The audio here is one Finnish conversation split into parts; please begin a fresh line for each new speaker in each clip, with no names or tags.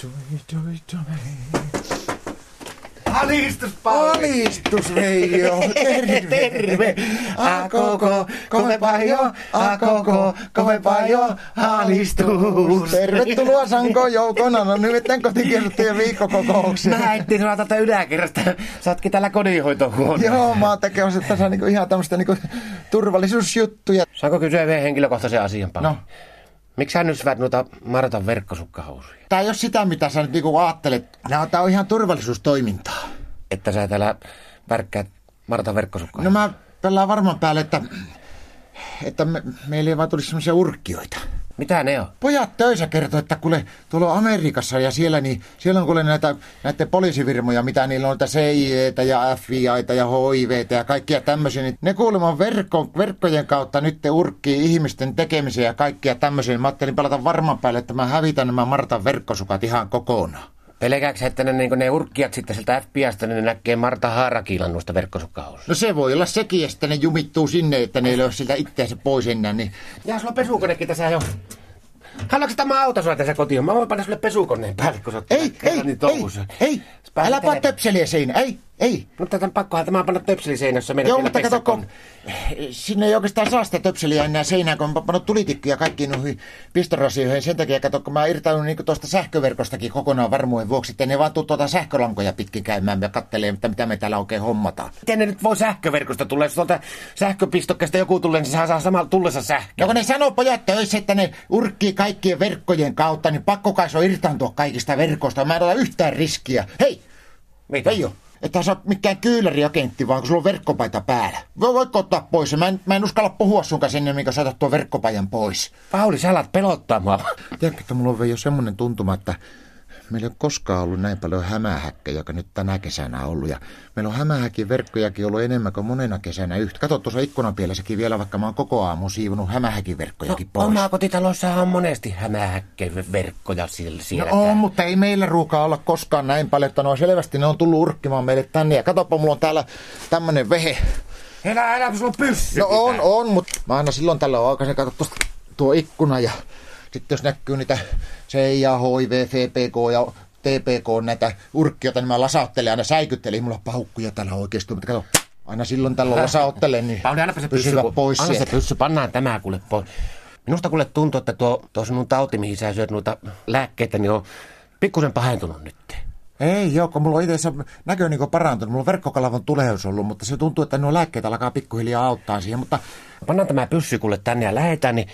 tui, tui.
Alistus
Alistus Veijo, terve.
Terve! A koko, kovempaa jo, a koko, kovempaa jo, alistus!
Tervetuloa Sanko joukona, no nimittäin kotikirjoittajien viikkokokoukseen.
Mä etsin sua tätä yläkerrasta. Sä ootkin täällä kodinhoitohuoneessa.
Joo, mä oon tekemässä tässä niinku ihan tämmöistä niinku turvallisuusjuttuja.
Saanko kysyä yhden henkilökohtaisen asian Pauli?
No.
Miksi sä nysvät noita Martan verkkosukkahousuja?
Tää ei oo sitä, mitä sä nyt niinku ajattelet. No, tää on ihan turvallisuustoimintaa.
Että sä täällä värkkäät Martan verkkosukkaa.
No mä pelaan varmaan päälle, että, että me, meille ei vaan tulisi semmoisia urkkioita.
Mitä ne on?
Pojat töissä kertoi, että kuule tuolla on Amerikassa ja siellä, niin, siellä on kuule näitä, näitä poliisivirmoja, mitä niillä on, näitä CIEtä ja FBItä ja HIVtä ja kaikkia tämmöisiä, niin ne kuulemma verkko, verkkojen kautta nyt te urkkii ihmisten tekemisiä ja kaikkia tämmöisiä. Mä ajattelin pelata varman päälle, että mä hävitän nämä Martan verkkosukat ihan kokonaan.
Pelkääks, sä, että ne, niin ne urkkiat sitten sieltä FBIstä, niin ne näkee Marta Haarakiilan noista verkkosukkahousuista?
No se voi olla sekin, että ne jumittuu sinne, että ne ei löy siltä itseänsä pois enää, niin
Jää sulla pesukonekin tässä jo. Haluatko tämä auto sulla tässä kotiin? Mä voin panna sulle pesukoneen päälle, kun sä oot
Ei, ei,
kerran niin
ei,
touhussa.
ei,
Päälle
älä
tele-
pane töpseliä seinä, ei, ei.
No tätä on pakkohan tämä on panna töpseliseinässä. meidän
Joo,
vielä
mutta kato, kun eh,
pesäkone.
sinne ei oikeastaan saa sitä töpseliä enää seinään, kun mä oon pannut tulitikkuja kaikkiin noihin pistorasioihin. Sen takia kato, kun mä irtaudun niin tuosta sähköverkostakin kokonaan varmuuden vuoksi, että ne vaan tuu tuota sähkölankoja pitkin käymään ja kattelee, että mitä me täällä oikein hommataan.
Miten ne nyt voi sähköverkosta tulla? Jos tuolta sähköpistokkeesta joku tulee, niin sehän saa samalla tullessa sähköä.
Ja kun ne sanoo pojat töissä, että ne urkkii kaikkien verkkojen kautta, niin pakko kai se on irtaantua kaikista verkoista. Mä en ota yhtään riskiä. Hei,
Mitä?
Ei oo. Että sä oot mikään kyyläriagentti, vaan kun sulla on verkkopaita päällä. Voi, voitko ottaa pois? se? Mä en, mä en uskalla puhua sun kanssa ennen, minkä sä otat tuon verkkopaidan pois.
Pauli, sä alat pelottaa mua.
Tiedätkö, että mulla on jo semmonen tuntuma, että meillä ei ole koskaan ollut näin paljon hämähäkkejä, joka nyt tänä kesänä on ollut. Ja meillä on hämähäkin verkkojakin ollut enemmän kuin monena kesänä yhtä. Kato tuossa ikkunapielessäkin vielä, vaikka mä oon koko aamu siivonut hämähäkin verkkojakin pois.
No,
No
Omaa kotitalossahan on monesti hämähäkkeverkkoja siellä. siellä
No on,
täällä.
mutta ei meillä ruukaa olla koskaan näin paljon, että no selvästi ne on tullut urkkimaan meille tänne. Ja katsopa, mulla on täällä tämmönen vehe.
Elä, elä, sulla on pyssy.
No on, on, mutta mä aina silloin tällä on aikaisin katso tuosta tuo ikkuna ja sitten jos näkyy niitä CIA, HIV, FPK E ja TPK näitä urkkiota, niin mä lasauttelen aina säikyttelen. Ei Mulla on paukkuja täällä oikeasti, mutta kato, aina silloin tällä on lasauttelen, niin
Pauli, annapa se pyssy.
pysyvät
kun-
pois
Anna se
sieltä.
pyssy, pannaan tämä kuule pois. Minusta kuule tuntuu, että tuo, tuo sinun tauti, mihin sä syöt noita lääkkeitä, niin on pikkusen pahentunut nyt.
Ei joo, kun mulla on itse asiassa näkö on niin parantunut. Mulla on verkkokalavon tulehdus ollut, mutta se tuntuu, että nuo lääkkeet alkaa pikkuhiljaa auttaa siihen. Mutta
Pannaan tämä pyssy kuule tänne ja lähetään, niin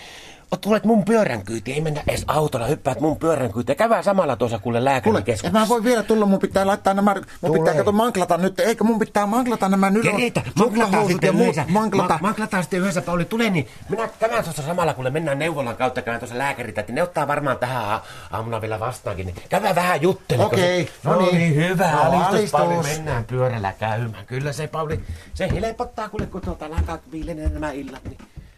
ot, tulet mun pyörän kyytiin, ei mennä edes autolla, hyppäät mun pyörän kyytiin. Käydään samalla tuossa kuule
kuule,
lääkärin
en
keskus.
mä voi vielä tulla, mun pitää laittaa nämä, mun
Tule.
pitää kato manklata nyt, eikö mun pitää manklata nämä nyt
Keritä, manklataan
ja
sitten
muut
yhdessä.
manklata.
Ma- manklataan sitten yhdessä, Pauli, tule niin. Minä tämän tuossa samalla, kun mennään neuvolan kautta, käydään tuossa lääkäriltä, että ne ottaa varmaan tähän a- aamuna vielä vastaankin. Niin käydään vähän juttelemaan.
Okei,
no,
no
niin.
niin.
hyvä.
No,
alistus,
alistus.
Pauli, mennään pyörällä käymään. Kyllä se, Pauli, se helpottaa, kuule, kun tuota alkaa viilenee nämä illat. Niin.